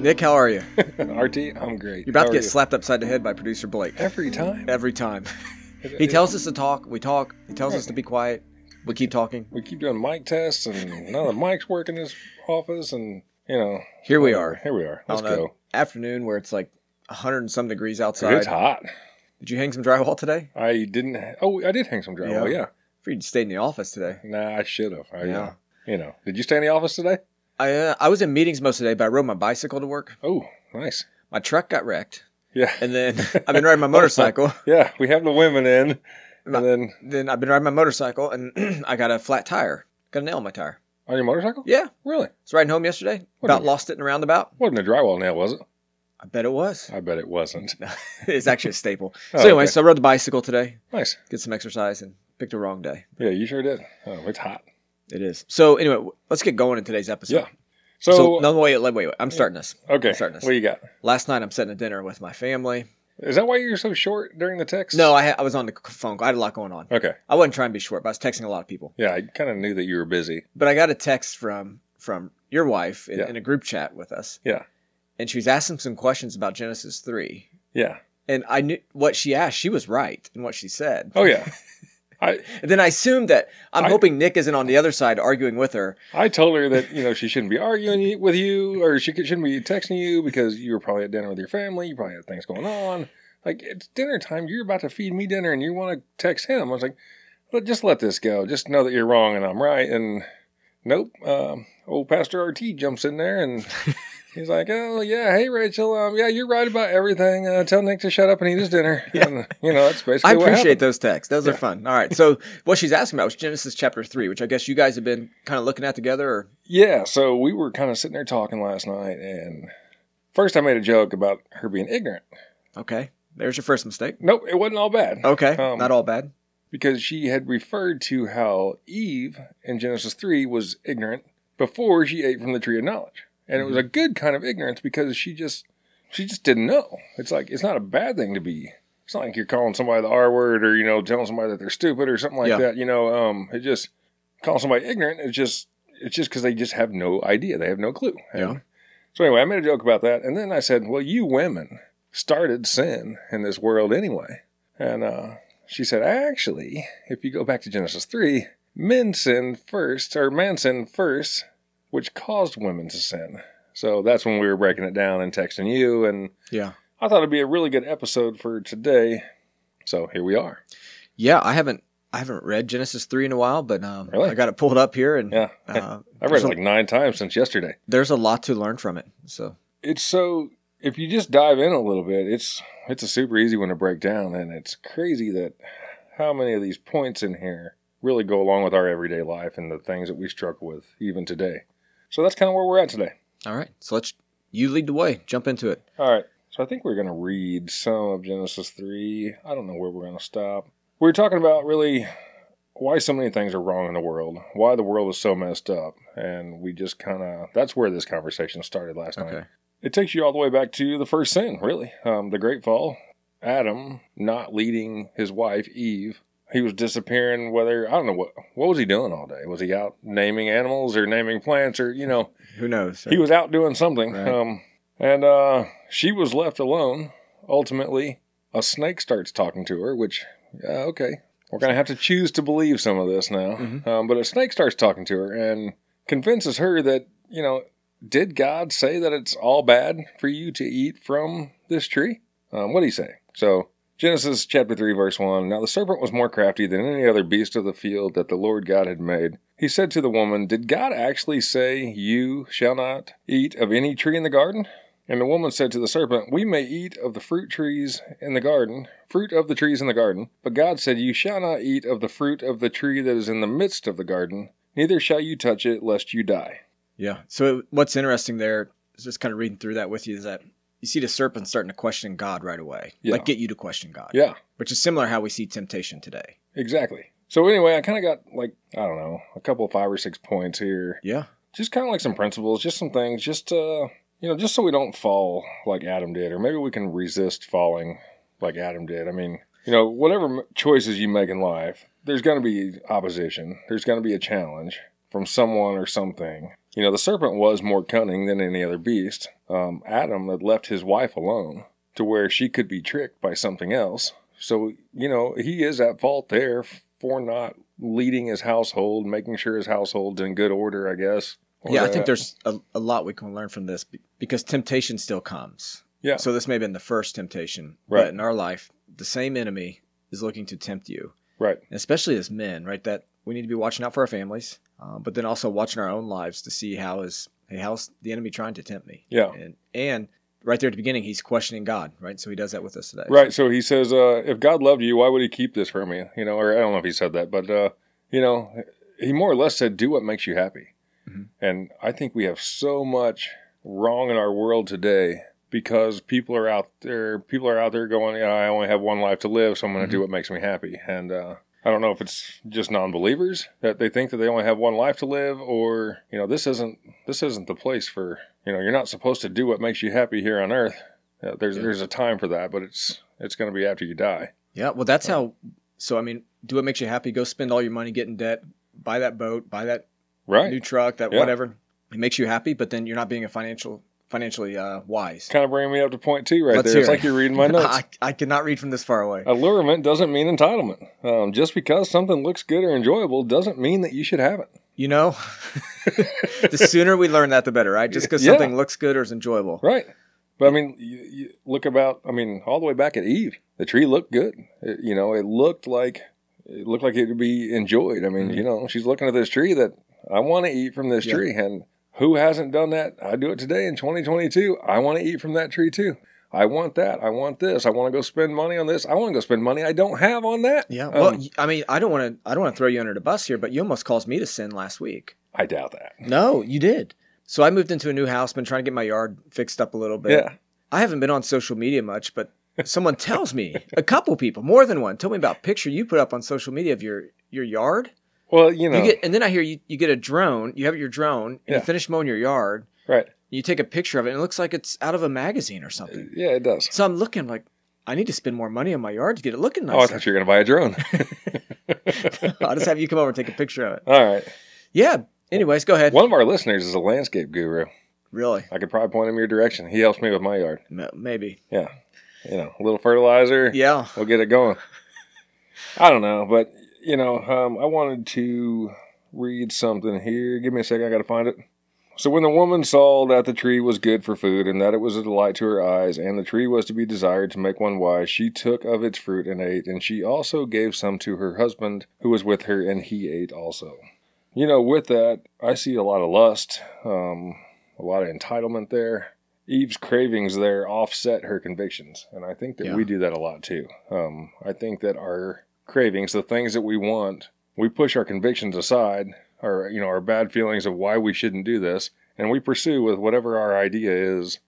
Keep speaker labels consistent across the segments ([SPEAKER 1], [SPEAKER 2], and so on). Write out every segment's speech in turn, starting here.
[SPEAKER 1] Nick, how are you?
[SPEAKER 2] RT, I'm great.
[SPEAKER 1] You're about
[SPEAKER 2] How
[SPEAKER 1] to
[SPEAKER 2] are
[SPEAKER 1] get
[SPEAKER 2] you?
[SPEAKER 1] slapped upside the head by producer Blake
[SPEAKER 2] every time.
[SPEAKER 1] every time. He tells us to talk, we talk. He tells us to be quiet, we keep talking.
[SPEAKER 2] We keep doing mic tests, and none of the mics work in this office, and you know.
[SPEAKER 1] Here we are
[SPEAKER 2] Here we are. Let's
[SPEAKER 1] on an
[SPEAKER 2] go.
[SPEAKER 1] afternoon where it's like 100 and some degrees
[SPEAKER 2] It's
[SPEAKER 1] outside.
[SPEAKER 2] hot.
[SPEAKER 1] Did you hang some drywall today?
[SPEAKER 2] I didn't. ha- Oh, I did hang some drywall. Yeah.
[SPEAKER 1] For you stayed in the office today.
[SPEAKER 2] Nah, I should have. I, uh,
[SPEAKER 1] Yeah.
[SPEAKER 2] You know. Did you stay in the office today?
[SPEAKER 1] I uh, I was in meetings most of the day, but I rode my bicycle to work.
[SPEAKER 2] Oh, nice.
[SPEAKER 1] My truck got wrecked,
[SPEAKER 2] Yeah.
[SPEAKER 1] and then I've been riding my motorcycle.
[SPEAKER 2] yeah. We have the women in,
[SPEAKER 1] My-
[SPEAKER 2] and then
[SPEAKER 1] then I've been riding my motorcycle, and I got a flat tire. Got a nail in my tire.
[SPEAKER 2] on your motorcycle.
[SPEAKER 1] Yeah,
[SPEAKER 2] Really?
[SPEAKER 1] was riding home yesterday.
[SPEAKER 2] What
[SPEAKER 1] about
[SPEAKER 2] do you-
[SPEAKER 1] lost it in a roundabout.
[SPEAKER 2] Wasn't a drywall nail, was it?
[SPEAKER 1] I bet it was.
[SPEAKER 2] I bet it wasn't.
[SPEAKER 1] it's actually a staple.
[SPEAKER 2] Oh,
[SPEAKER 1] so anyway,
[SPEAKER 2] okay.
[SPEAKER 1] so I rode the bicycle today,
[SPEAKER 2] nice.
[SPEAKER 1] did some exercise, and picked a wrong day.
[SPEAKER 2] Yeah, you sure did. Oh, it's hot.
[SPEAKER 1] It is. So anyway, w- let's get going in today's episode.
[SPEAKER 2] Yeah. So,
[SPEAKER 1] So, no wait, wait, wait, wait. I'm starting this.
[SPEAKER 2] okay,
[SPEAKER 1] I'm starting this.
[SPEAKER 2] what you got?
[SPEAKER 1] Last night I'm sitting at dinner with my family.
[SPEAKER 2] Is that why you're so short during the text?
[SPEAKER 1] No, I, ha- I was on the c- phone. call. I had a lot going on.
[SPEAKER 2] Okay.
[SPEAKER 1] I wasn't trying to be short, but I was texting a lot of people.
[SPEAKER 2] Yeah, I kind of knew that you were busy.
[SPEAKER 1] but I got a text from from your wife in,
[SPEAKER 2] Yeah.
[SPEAKER 1] in a group chat with us.
[SPEAKER 2] Yeah.
[SPEAKER 1] and she was asking some questions about Genesis three,
[SPEAKER 2] Yeah.
[SPEAKER 1] and I knew what she asked. She was right in what she said.
[SPEAKER 2] Oh yeah. I
[SPEAKER 1] And then I assumed that I'm
[SPEAKER 2] I-
[SPEAKER 1] hoping Nick isn't on the other side arguing with her.
[SPEAKER 2] I told her that you know she shouldn't be arguing y- with you or she could- shouldn't be texting you because you were probably at dinner with your family. You probably had things going on. Like it's dinner time. You're about to feed me dinner and you want to text him. I was like, "Let- just let this go. Just know that you're wrong and I'm right. And nope. Um, old Pastor RT jumps in there and. He's like, oh yeah, hey Rachel, um, yeah, you're right about everything. Uh, tell Nick to shut up and eat his dinner.
[SPEAKER 1] Yeah.
[SPEAKER 2] And, you know, that's basically
[SPEAKER 1] I
[SPEAKER 2] what happened.
[SPEAKER 1] appreciate those texts; those are
[SPEAKER 2] Yeah.
[SPEAKER 1] fun. All right, so what she's asking about was Genesis chapter three, which I guess you guys have been kind of looking at together. Or
[SPEAKER 2] Yeah, so we were kind of sitting there talking last night, and first I made a joke about her being ignorant.
[SPEAKER 1] okay, there's your first mistake.
[SPEAKER 2] Nope, it wasn't all bad
[SPEAKER 1] Okay,
[SPEAKER 2] Um,
[SPEAKER 1] not all bad.
[SPEAKER 2] because she had referred to how Eve in Genesis 3 was ignorant before she ate from the tree of knowledge. And it
[SPEAKER 1] Mm-hmm.
[SPEAKER 2] was a good kind of ignorance because she just she just didn't know. It's like it's not a bad thing to be. It's not like you're calling somebody the R word or you know telling somebody that they're stupid or something like
[SPEAKER 1] Yeah.
[SPEAKER 2] that, you know, um it just calling somebody ignorant it's just it's just cuz they just have no idea. They have no clue.
[SPEAKER 1] Yeah.
[SPEAKER 2] So anyway, I made a joke about that and then I said, "Well, you women started sin in this world anyway." And uh she said, actually, if you go back to Genesis 3, men sinned first, or man sinned first, which caused women to sin. So that's when we were breaking it down and texting you. And
[SPEAKER 1] Yeah,
[SPEAKER 2] I thought it'd be a really good episode for today. So here we are.
[SPEAKER 1] yeah. I haven't I haven't read Genesis three in a while, but um,
[SPEAKER 2] Really?
[SPEAKER 1] I got it pulled up here, and
[SPEAKER 2] Yeah.
[SPEAKER 1] uh,
[SPEAKER 2] I read it like nine times since yesterday.
[SPEAKER 1] there's a lot to learn from it. So
[SPEAKER 2] It's so, if you just dive in a little bit, it's it's a super easy one to break down. And it's crazy that how many of these points in here really go along with our everyday life and the things that we struggle with even today. So that's kind of where we're at today.
[SPEAKER 1] all right, so let's you lead the way. Jump into it.
[SPEAKER 2] All right. So I think we're going to read some of Genesis 3. I don't know where we're going to stop. We were talking about really why so many things are wrong in the world, why the world is so messed up. And we just kind of, that's where this conversation started last night.
[SPEAKER 1] Okay.
[SPEAKER 2] It takes you all the way back to the first sin, really. Um, the great fall, Adam not leading his wife, Eve. He was disappearing, whether, I don't know what, what was he doing all day? Was he out naming animals or naming plants or, you know,
[SPEAKER 1] Who knows?
[SPEAKER 2] he was out doing something.
[SPEAKER 1] Right.
[SPEAKER 2] Um, and uh, she was left alone. Ultimately, a snake starts talking to her, which, uh, okay, we're going to have to choose to believe some of this now.
[SPEAKER 1] Mhm.
[SPEAKER 2] Um, but a snake starts talking to her and convinces her that, you know, did God say that it's all bad for you to eat from this tree? Um, what did he say? So, Genesis chapter 3, verse 1. Now the serpent was more crafty than any other beast of the field that the Lord God had made. He said to the woman, Did God actually say, You shall not eat of any tree in the garden? And the woman said to the serpent, We may eat of the fruit trees in the garden, fruit of the trees in the garden. But God said, You shall not eat of the fruit of the tree that is in the midst of the garden, neither shall you touch it, lest you die.
[SPEAKER 1] yeah. So it- what's interesting there is just kind of reading through that with you is that you see the serpent starting to question God right away,
[SPEAKER 2] Yeah.
[SPEAKER 1] like get you to question God,
[SPEAKER 2] Yeah.
[SPEAKER 1] which is similar how we see temptation today.
[SPEAKER 2] Exactly. So anyway, I kind of got like I don't know a couple of five or six points here,
[SPEAKER 1] Yeah.
[SPEAKER 2] just kind of like some principles, just some things, just uh you know, just so we don't fall like Adam did, or maybe we can resist falling like Adam did. I mean, you know, whatever m- choices you make in life, there's going to be opposition. There's going to be a challenge. from someone or something. You know, the serpent was more cunning than any other beast. Um, Adam had left his wife alone to where she could be tricked by something else. So, you know, he is at fault there for not leading his household, making sure his household's in good order, I guess. Or
[SPEAKER 1] yeah, I
[SPEAKER 2] that-
[SPEAKER 1] think there's a, a lot we can learn from this be- because temptation still comes.
[SPEAKER 2] Yeah.
[SPEAKER 1] So this may have been the first temptation,
[SPEAKER 2] Right.
[SPEAKER 1] but in our life, the same enemy is looking to tempt you,
[SPEAKER 2] Right.
[SPEAKER 1] and especially as men, right? That we need to be watching out for our families, uh, but then also watching our own lives to see how is hey, how's the enemy trying to tempt me?
[SPEAKER 2] Yeah.
[SPEAKER 1] And and right there at the beginning, he's questioning God, right? So he does that with us today.
[SPEAKER 2] Right. So he says, uh, if God loved you, why would he keep this from you? You know, or I don't know if he said that, but, uh, you know, he more or less said, do what makes you happy.
[SPEAKER 1] Mhm.
[SPEAKER 2] And I think we have so much wrong in our world today because people are out there, people are out there going, yeah, I only have one life to live, so I'm going to
[SPEAKER 1] Mm-hmm.
[SPEAKER 2] do what makes me happy. And, uh, I don't know if it's just non-believers that they think that they only have one life to live or, you know, this isn't this isn't the place for, you know, you're not supposed to do what makes you happy here on earth. Uh, there's
[SPEAKER 1] Yeah.
[SPEAKER 2] there's a time for that, but it's it's going to be after you die.
[SPEAKER 1] Yeah. Well, that's
[SPEAKER 2] Yeah.
[SPEAKER 1] how. So I mean, do what makes you happy. Go spend all your money, get in debt, buy that boat, buy that
[SPEAKER 2] Right.
[SPEAKER 1] new truck, that
[SPEAKER 2] Yeah.
[SPEAKER 1] whatever. It makes you happy, but then you're not being a financial financially uh, wise.
[SPEAKER 2] kind of bringing me up to point 2 right
[SPEAKER 1] Let's
[SPEAKER 2] there.
[SPEAKER 1] hear
[SPEAKER 2] It's
[SPEAKER 1] it.
[SPEAKER 2] like you're reading my notes. Oh.
[SPEAKER 1] I, I cannot read from this far away.
[SPEAKER 2] Allurement doesn't mean entitlement. Um, just because something looks good or enjoyable doesn't mean that you should have it.
[SPEAKER 1] You know, the sooner we learn that, the better, right? Just because
[SPEAKER 2] Yeah.
[SPEAKER 1] something looks good or is enjoyable.
[SPEAKER 2] Right. But I mean, you, you look about. I mean, all the way back at Eve, the tree looked good. It, you know, it looked like it looked like it could be enjoyed. I mean,
[SPEAKER 1] Mhm.
[SPEAKER 2] you know, she's looking at this tree that I want to eat from this
[SPEAKER 1] Yeah.
[SPEAKER 2] tree, and who hasn't done that? I do it today in 2022. I want to eat from that tree too. I want that. I want this. I want to go spend money on this. I want to go spend money I don't have on that.
[SPEAKER 1] Yeah. Well,
[SPEAKER 2] Um,
[SPEAKER 1] y- I mean, I don't want to. I don't want to throw you under the bus here, but you almost caused me to sin last week.
[SPEAKER 2] I doubt that.
[SPEAKER 1] No, you did. So I moved into a new house. Been trying to get my yard fixed up a little bit.
[SPEAKER 2] yeah.
[SPEAKER 1] I haven't been on social media much, but someone tells me, a couple people, more than one, told me about a picture you put up on social media of your your yard.
[SPEAKER 2] Well, you know,
[SPEAKER 1] You get, and then I hear you, you get a drone. You have your drone, and
[SPEAKER 2] Yeah.
[SPEAKER 1] you finish mowing your yard.
[SPEAKER 2] right?
[SPEAKER 1] You take a picture of it, and it looks like it's out of a magazine or something.
[SPEAKER 2] Yeah, it does.
[SPEAKER 1] So I'm looking like I need to spend more money on my yard to get it looking
[SPEAKER 2] Oh, I
[SPEAKER 1] nice.
[SPEAKER 2] thought you were going to buy a drone.
[SPEAKER 1] I'll just have you come over and take a picture of it.
[SPEAKER 2] All right.
[SPEAKER 1] Yeah. Anyways, go ahead.
[SPEAKER 2] One of our listeners is a landscape guru.
[SPEAKER 1] Really?
[SPEAKER 2] I could probably point him your direction. He helps me with my yard.
[SPEAKER 1] M- Maybe.
[SPEAKER 2] You know, a little fertilizer,
[SPEAKER 1] Yeah.
[SPEAKER 2] we'll get it going. I don't know, but you know, um, I wanted to read something here. Give me a second, I gotta find it. So when the woman saw that the tree was good for food, and that it was a delight to her eyes, and the tree was to be desired to make one wise, she took of its fruit and ate, and she also gave some to her husband who was with her, and he ate also. You know, with that, I see a lot of lust, um, a lot of entitlement there. Eve's cravings there offset her convictions, and I think that
[SPEAKER 1] Yeah.
[SPEAKER 2] we do that a lot too. Um, I think that our cravings, the things that we want, we push our convictions aside, our you know our bad feelings of why we shouldn't do this, and we pursue with whatever our idea is.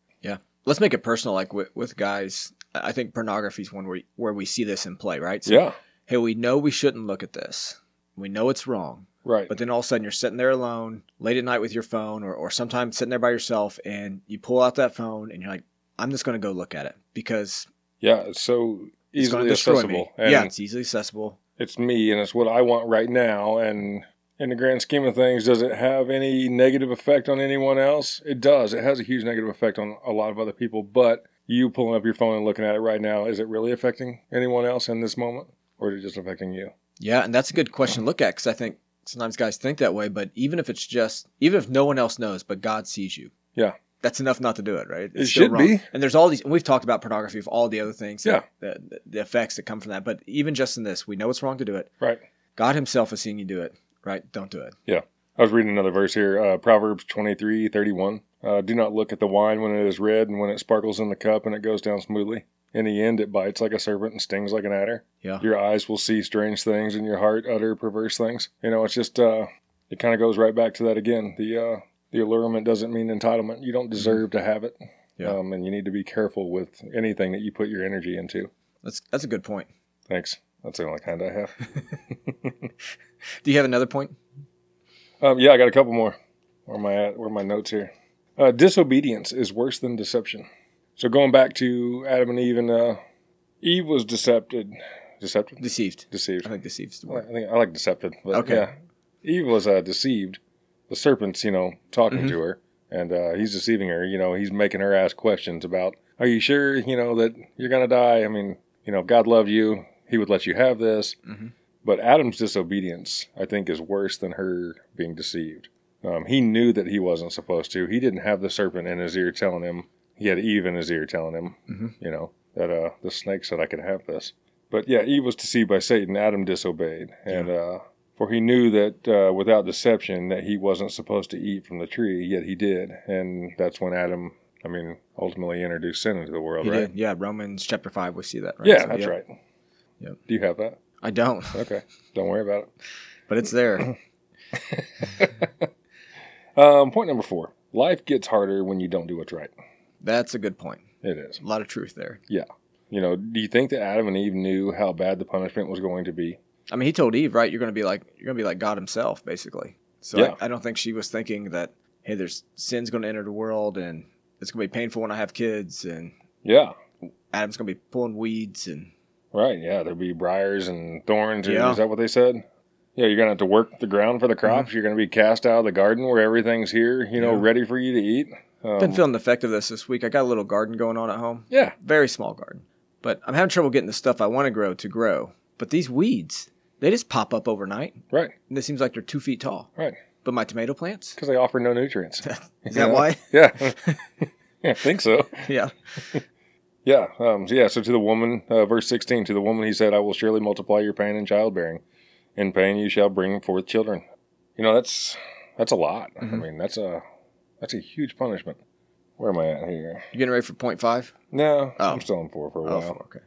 [SPEAKER 1] Let's make it personal. Like with, with guys, I I think pornography is one where, where we see this in play, right? So,
[SPEAKER 2] Yeah,
[SPEAKER 1] Hey, we know we shouldn't look at this. We know it's wrong.
[SPEAKER 2] right.
[SPEAKER 1] But then all of a sudden you're sitting there alone late at night with your phone or, or sometimes sitting there by yourself and you pull out that phone and you're like, I'm just going to go look at it because
[SPEAKER 2] yeah, it's so
[SPEAKER 1] it's going to
[SPEAKER 2] easily
[SPEAKER 1] destroy
[SPEAKER 2] accessible,
[SPEAKER 1] me.
[SPEAKER 2] and
[SPEAKER 1] yeah, it's easily accessible.
[SPEAKER 2] it's me, and it's what I want right now. And in the grand scheme of things, does it have any negative effect on anyone else? It does. It has a huge negative effect on a lot of other people. But you pulling up your phone and looking at it right now, is it really affecting anyone else in this moment, or is it just affecting you?
[SPEAKER 1] Yeah, and that's a good question to look at because I think sometimes guys think that way. But even if it's just, even if no one else knows, but God sees you.
[SPEAKER 2] Yeah.
[SPEAKER 1] That's enough not to do it, right?
[SPEAKER 2] It
[SPEAKER 1] still
[SPEAKER 2] should be.
[SPEAKER 1] And there's all these, and we've talked about pornography of all the other things,
[SPEAKER 2] Yeah.
[SPEAKER 1] that, the, the effects that come from that. But even just in this, we know it's wrong to do it.
[SPEAKER 2] Right.
[SPEAKER 1] God Himself is seeing you do it, right? Don't do it.
[SPEAKER 2] I was reading another verse here, uh, Proverbs twenty three thirty one. Uh, Do not look at the wine when it is red and when it sparkles in the cup and it goes down smoothly. In the end, it bites like a serpent and stings like an adder.
[SPEAKER 1] Yeah.
[SPEAKER 2] Your eyes will see strange things and your heart utter perverse things. You know, it's just, uh, it kind of goes right back to that again. The, uh, the allurement doesn't mean entitlement. You don't deserve to have it.
[SPEAKER 1] Mm-hmm. Yeah.
[SPEAKER 2] Um, and you need to be careful with anything that you put your energy into.
[SPEAKER 1] That's that's a good point.
[SPEAKER 2] Thanks. That's the only kind I have.
[SPEAKER 1] Do you have another point?
[SPEAKER 2] Um, yeah, I got a couple more. Where am I at? Where are my notes here? Uh, disobedience is worse than deception. So going back to Adam and Eve, and uh, Eve was decepted, deceptive,
[SPEAKER 1] Deceived.
[SPEAKER 2] deceived.
[SPEAKER 1] I think deceived is the
[SPEAKER 2] I
[SPEAKER 1] word.
[SPEAKER 2] think I like decepted, but
[SPEAKER 1] Okay.
[SPEAKER 2] yeah, Eve was uh, deceived the serpent's, you know, talking
[SPEAKER 1] Mhm.
[SPEAKER 2] to her and uh, he's deceiving her. You know, he's making her ask questions about, are you sure, you know, that you're going to die? I mean, you know, if God loved you, he would let you have this.
[SPEAKER 1] Mhm.
[SPEAKER 2] But Adam's disobedience, I think, is worse than her being deceived. Um, he knew that he wasn't supposed to. He didn't have the serpent in his ear telling him. He had Eve in his ear telling him,
[SPEAKER 1] Mhm.
[SPEAKER 2] you know, that uh, the snake said I could have this. But yeah, Eve was deceived by Satan. Adam disobeyed, and uh, for he knew that uh, without deception that he wasn't supposed to eat from the tree, yet he did, and that's when Adam, I mean, ultimately introduced sin into the world,
[SPEAKER 1] He
[SPEAKER 2] Oh, right?
[SPEAKER 1] did. Yeah, Romans chapter five, we see that. Right?
[SPEAKER 2] Yeah,
[SPEAKER 1] So,
[SPEAKER 2] that's
[SPEAKER 1] yeah.
[SPEAKER 2] right.
[SPEAKER 1] Yep.
[SPEAKER 2] Do you have that?
[SPEAKER 1] I don't,
[SPEAKER 2] Okay, don't worry about it.
[SPEAKER 1] but it's there.
[SPEAKER 2] Um, point number four: life gets harder when you don't do what's right.
[SPEAKER 1] That's a good point.
[SPEAKER 2] It is.
[SPEAKER 1] A lot of truth there.
[SPEAKER 2] You know, do you think that Adam and Eve knew how bad the punishment was going to be?
[SPEAKER 1] I mean, he told Eve, right? You're going to be like you're going to be like God Himself, basically. So
[SPEAKER 2] Yeah.
[SPEAKER 1] I, I don't think she was thinking that hey, there's sin's going to enter the world and it's going to be painful when I have kids and
[SPEAKER 2] Yeah,
[SPEAKER 1] Adam's going to be pulling weeds and
[SPEAKER 2] right. Yeah, there'd be briars and thorns. or-
[SPEAKER 1] Yeah. Mm-hmm.
[SPEAKER 2] Is that what they said? Yeah, you're gonna have to work the ground for the crops. You're gonna be cast out of the garden where everything's here, you know,
[SPEAKER 1] Yeah.
[SPEAKER 2] ready for you to eat. Um,
[SPEAKER 1] been feeling the effect of this this week. I got a little garden going on at home,
[SPEAKER 2] yeah,
[SPEAKER 1] very small garden, but I'm having trouble getting the stuff I want to grow to grow. But these weeds, they just pop up overnight,
[SPEAKER 2] right,
[SPEAKER 1] and it seems like they're two feet tall.
[SPEAKER 2] right.
[SPEAKER 1] But my tomato plants,
[SPEAKER 2] Because they offer no nutrients.
[SPEAKER 1] is
[SPEAKER 2] Yeah.
[SPEAKER 1] that why?
[SPEAKER 2] yeah, I think so.
[SPEAKER 1] yeah,
[SPEAKER 2] Yeah, um, so yeah. So to the woman, uh, verse sixteen, to the woman he said, "I will surely multiply your pain in childbearing. In pain you shall bring forth children." You know that's that's a lot. I
[SPEAKER 1] Mhm.
[SPEAKER 2] mean that's a that's a huge punishment. Where am I at here?
[SPEAKER 1] you getting ready for point five?
[SPEAKER 2] No,
[SPEAKER 1] Oh.
[SPEAKER 2] I'm still in four for a
[SPEAKER 1] Oh,
[SPEAKER 2] while.
[SPEAKER 1] okay.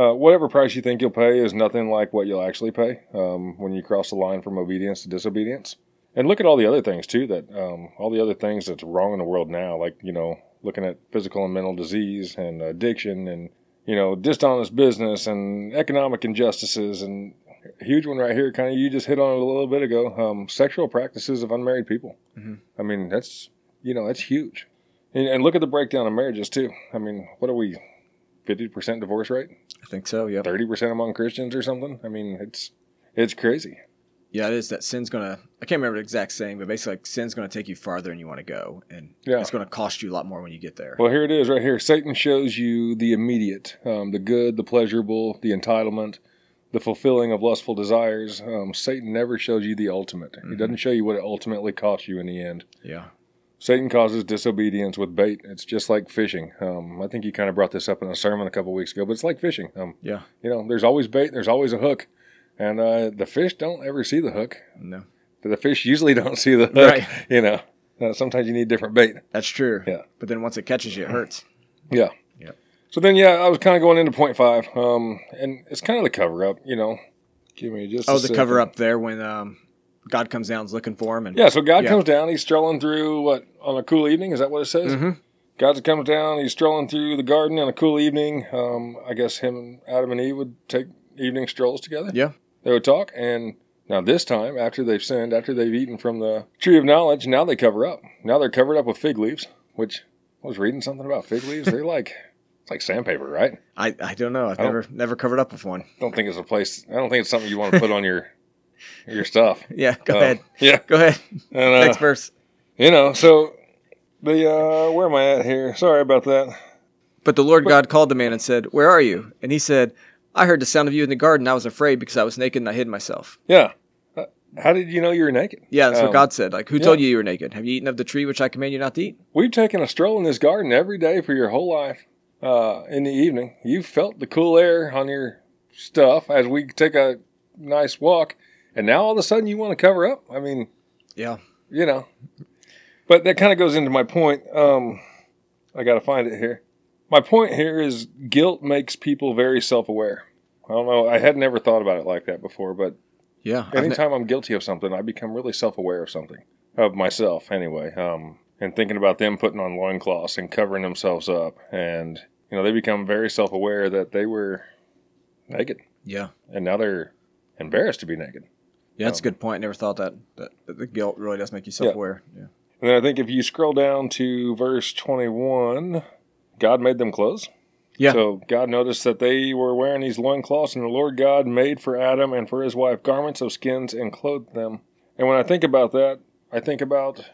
[SPEAKER 2] Uh, whatever price you think you'll pay is nothing like what you'll actually pay um, when you cross the line from obedience to disobedience. And look at all the other things too that um, all the other things that's wrong in the world now, like you know, looking at physical and mental disease and addiction and you know, dishonest business and economic injustices and a huge one right here, kind of you just hit on it a little bit ago. Um, sexual practices of unmarried people.
[SPEAKER 1] Mhm.
[SPEAKER 2] I mean, that's you know, that's huge. And, and look at the breakdown of marriages too. I mean, what are we? Fifty percent divorce rate
[SPEAKER 1] I think so. Yeah.
[SPEAKER 2] thirty percent among Christians or something. I mean, it's it's crazy.
[SPEAKER 1] Yeah, it is that sin's gonna. I can't remember the exact saying, but basically, like, sin's gonna take you farther than you want to go, and
[SPEAKER 2] Yeah.
[SPEAKER 1] it's gonna cost you a lot more when you get there.
[SPEAKER 2] Well, here it is, right here. Satan shows you the immediate, um, the good, the pleasurable, the entitlement, the fulfilling of lustful desires. Um, Satan never shows you the ultimate. He
[SPEAKER 1] Mhm.
[SPEAKER 2] doesn't show you what it ultimately costs you in the end.
[SPEAKER 1] yeah,
[SPEAKER 2] Satan causes disobedience with bait. It's just like fishing. Um, I think you kind of brought this up in a sermon a couple weeks ago, but it's like fishing. Um,
[SPEAKER 1] yeah,
[SPEAKER 2] you know, there's always bait. There's always a hook, and uh, the fish don't ever see the hook.
[SPEAKER 1] no,
[SPEAKER 2] The fish usually don't see the hook.
[SPEAKER 1] Right.
[SPEAKER 2] You know, uh, sometimes you need different bait.
[SPEAKER 1] that's true.
[SPEAKER 2] Yeah.
[SPEAKER 1] but then once it catches you, it hurts.
[SPEAKER 2] Yeah.
[SPEAKER 1] Yep.
[SPEAKER 2] So then, yeah, I was kind of going into point five, um, and it's kind of the cover up, you know. Give me just a
[SPEAKER 1] Oh, the
[SPEAKER 2] second.
[SPEAKER 1] cover up there when um, God comes down, is looking for him, and
[SPEAKER 2] Yeah, so God
[SPEAKER 1] Yeah.
[SPEAKER 2] comes down. He's strolling through what on a cool evening. Is that what it says?
[SPEAKER 1] Mhm.
[SPEAKER 2] God comes down. He's strolling through the garden on a cool evening. Um, I guess him and Adam and Eve would take evening strolls together.
[SPEAKER 1] Yeah.
[SPEAKER 2] they would talk. And now this time, after they've sinned, after they've eaten from the tree of knowledge, now they cover up. Now they're covered up with fig leaves. Which I was reading something about fig leaves. They're like it's like sandpaper, right?
[SPEAKER 1] I, I don't know. I've
[SPEAKER 2] I don't-
[SPEAKER 1] never never covered up with one.
[SPEAKER 2] don't think it's a place. I don't think it's something you want to put on your your stuff.
[SPEAKER 1] Yeah, go
[SPEAKER 2] Um,
[SPEAKER 1] ahead,
[SPEAKER 2] Yeah.
[SPEAKER 1] go ahead.
[SPEAKER 2] And, uh,
[SPEAKER 1] Next verse.
[SPEAKER 2] You know, so the uh, where am I at here? Sorry about that.
[SPEAKER 1] But the Lord God called the man and said, "Where are you?" And he said, "I heard the sound of you in the garden. I was afraid because I was naked and I hid myself."
[SPEAKER 2] Yeah. Uh, How did you know you were naked?
[SPEAKER 1] Yeah, that's
[SPEAKER 2] Um,
[SPEAKER 1] what God said. Like, who
[SPEAKER 2] yeah.
[SPEAKER 1] told you you were naked? Have you eaten of the tree which I command you not to eat?
[SPEAKER 2] We've taken a stroll in this garden every day for your whole life. Uh, in the evening, you felt the cool air on your stuff as we take a nice walk, and now all of a sudden you want to cover up. I mean,
[SPEAKER 1] Yeah.
[SPEAKER 2] you know. But that kind of goes into my point. Um, I got to find it here. My point here is guilt makes people very self aware. I don't know. I had never thought about it like that before, but
[SPEAKER 1] Yeah. I've ne-
[SPEAKER 2] anytime I'm guilty of something, I become really self aware of something, of myself anyway. Um, and thinking about them putting on loincloths and covering themselves up. And, you know, they become very self aware that they were naked
[SPEAKER 1] yeah.
[SPEAKER 2] and now they're embarrassed to be naked.
[SPEAKER 1] Yeah, that's
[SPEAKER 2] Um,
[SPEAKER 1] a good point. Never thought that, that, that the guilt really does make you self aware. Yeah.
[SPEAKER 2] And then I think if you scroll down to verse 21, God made them clothes.
[SPEAKER 1] Yeah.
[SPEAKER 2] So God noticed that they were wearing these loincloths, and the Lord God made for Adam and for his wife garments of skins and clothed them. And when I think about that, I think about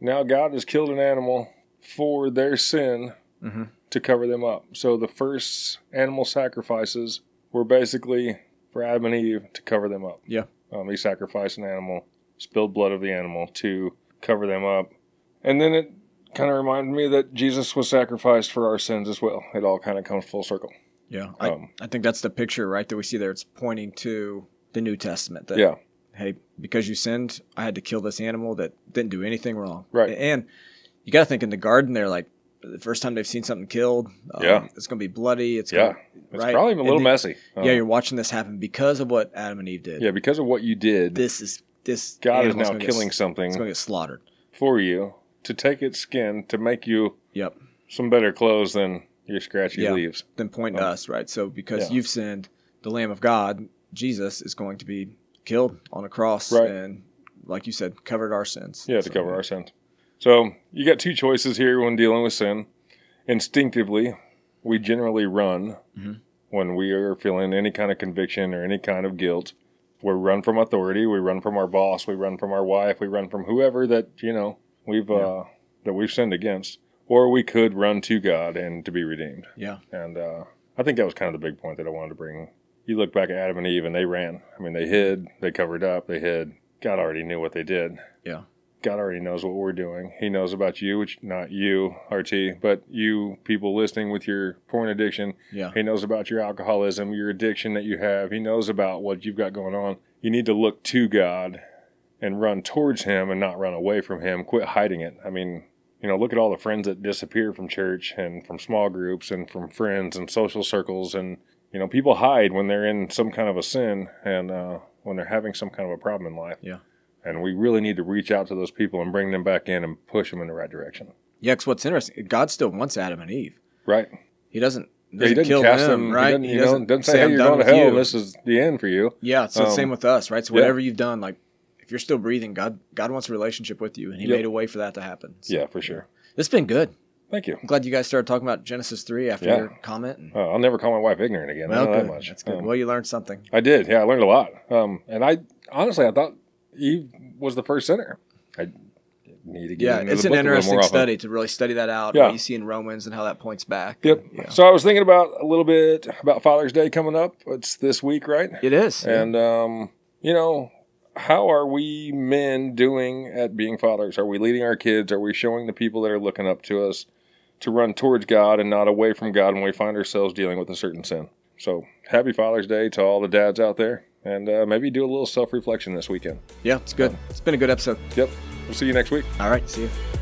[SPEAKER 2] now God has killed an animal for their sin
[SPEAKER 1] Mm-hmm.
[SPEAKER 2] to cover them up. So the first animal sacrifices were basically for Adam and Eve to cover them up.
[SPEAKER 1] Yeah.
[SPEAKER 2] Um, he sacrificed an animal, spilled blood of the animal to cover them up. And then it kind of reminded me that Jesus was sacrificed for our sins as well. It all kind of comes full circle.
[SPEAKER 1] Yeah. I,
[SPEAKER 2] Um,
[SPEAKER 1] I think that's the picture, right, that we see there. It's pointing to the New Testament. That,
[SPEAKER 2] Yeah.
[SPEAKER 1] Hey, because you sinned, I had to kill this animal that didn't do anything wrong.
[SPEAKER 2] Right.
[SPEAKER 1] And you got to think in the garden there, like the first time they've seen something killed, um,
[SPEAKER 2] Yeah.
[SPEAKER 1] it's going to be bloody. It's
[SPEAKER 2] Yeah.
[SPEAKER 1] Gonna,
[SPEAKER 2] It's
[SPEAKER 1] Right.
[SPEAKER 2] probably even a
[SPEAKER 1] And
[SPEAKER 2] little
[SPEAKER 1] the-
[SPEAKER 2] messy. Um,
[SPEAKER 1] yeah. You're watching this happen because of what Adam and Eve did.
[SPEAKER 2] yeah, because of what you did,
[SPEAKER 1] This is this.
[SPEAKER 2] God is
[SPEAKER 1] animal's
[SPEAKER 2] now
[SPEAKER 1] gonna
[SPEAKER 2] killing
[SPEAKER 1] Get,
[SPEAKER 2] something
[SPEAKER 1] it's going to get slaughtered.
[SPEAKER 2] for you to take its skin to make you
[SPEAKER 1] Yep.
[SPEAKER 2] some better clothes than your scratchy
[SPEAKER 1] Yeah.
[SPEAKER 2] leaves.
[SPEAKER 1] Then point to
[SPEAKER 2] Um,
[SPEAKER 1] us, right? So because
[SPEAKER 2] yeah.
[SPEAKER 1] you've sinned, the Lamb of God, Jesus, is going to be killed on a cross,
[SPEAKER 2] Right.
[SPEAKER 1] and like you said, covered our sins.
[SPEAKER 2] Yeah, to
[SPEAKER 1] So,
[SPEAKER 2] cover our sins. So you got two choices here when dealing with sin. Instinctively, we generally run
[SPEAKER 1] Mhm.
[SPEAKER 2] when we are feeling any kind of conviction or any kind of guilt. We run from authority. We run from our boss. We run from our wife. We run from whoever that you know we've uh, that we've sinned against. Or we could run to God and to be redeemed.
[SPEAKER 1] Yeah.
[SPEAKER 2] And uh, I think that was kind of the big point that I wanted to bring. You look back at Adam and Eve, and they ran. I mean, they hid. They covered up. They hid. God already knew what they did. God already knows what we're doing. He knows about you, which not you, RT, but you people listening with your porn addiction.
[SPEAKER 1] Yeah.
[SPEAKER 2] He knows about your alcoholism, your addiction that you have. He knows about what you've got going on. You need to look to God and run towards Him and not run away from Him. Quit hiding it. I mean, you know, look at all the friends that disappear from church and from small groups and from friends and social circles. And, you know, people hide when they're in some kind of a sin and uh, when they're having some kind of a problem in life.
[SPEAKER 1] Yeah.
[SPEAKER 2] And we really need to reach out to those people and bring them back in and push them in the right direction.
[SPEAKER 1] Yeah, 'cause what's interesting, God still wants Adam and Eve.
[SPEAKER 2] Right.
[SPEAKER 1] He doesn't.
[SPEAKER 2] Yeah, he
[SPEAKER 1] doesn't
[SPEAKER 2] doesn't
[SPEAKER 1] kill
[SPEAKER 2] cast
[SPEAKER 1] them,
[SPEAKER 2] them,
[SPEAKER 1] right?
[SPEAKER 2] He doesn't, you know, doesn't say, hey,
[SPEAKER 1] "I'm
[SPEAKER 2] you're
[SPEAKER 1] done
[SPEAKER 2] going to
[SPEAKER 1] with
[SPEAKER 2] hell.
[SPEAKER 1] you."
[SPEAKER 2] This is the end for you.
[SPEAKER 1] Yeah, so the
[SPEAKER 2] Um,
[SPEAKER 1] same with us, right? So
[SPEAKER 2] yeah.
[SPEAKER 1] whatever you've done, like if you're still breathing, God, God wants a relationship with you, and He
[SPEAKER 2] Yep.
[SPEAKER 1] made a way for that to happen. So,
[SPEAKER 2] Yeah, for sure.
[SPEAKER 1] it's been good.
[SPEAKER 2] Thank you.
[SPEAKER 1] I'm glad you guys started talking about Genesis three after
[SPEAKER 2] Yeah.
[SPEAKER 1] your comment. And,
[SPEAKER 2] Uh, I'll never call my wife ignorant again. I
[SPEAKER 1] well,
[SPEAKER 2] know
[SPEAKER 1] good.
[SPEAKER 2] that much.
[SPEAKER 1] That's good.
[SPEAKER 2] Um,
[SPEAKER 1] well, you learned something.
[SPEAKER 2] I did. Yeah, I learned a lot. Um, and I honestly, I thought Eve was the first sinner. I need to get
[SPEAKER 1] Yeah,
[SPEAKER 2] into
[SPEAKER 1] it's
[SPEAKER 2] the
[SPEAKER 1] an
[SPEAKER 2] book a little more
[SPEAKER 1] interesting
[SPEAKER 2] often.
[SPEAKER 1] study to really study that out.
[SPEAKER 2] Yeah.
[SPEAKER 1] What you see in Romans and how that points back.
[SPEAKER 2] Yep.
[SPEAKER 1] Yeah.
[SPEAKER 2] So I was thinking about a little bit about Father's Day coming up. It's this week, right?
[SPEAKER 1] It is.
[SPEAKER 2] And um, you know, how are we men doing at being fathers? Are we leading our kids? Are we showing the people that are looking up to us to run towards God and not away from God when we find ourselves dealing with a certain sin? So happy Father's Day to all the dads out there, and uh, maybe do a little self reflection this weekend.
[SPEAKER 1] yeah, it's good. It's been a good episode.
[SPEAKER 2] Yep. We'll see you next week.
[SPEAKER 1] All right, see you.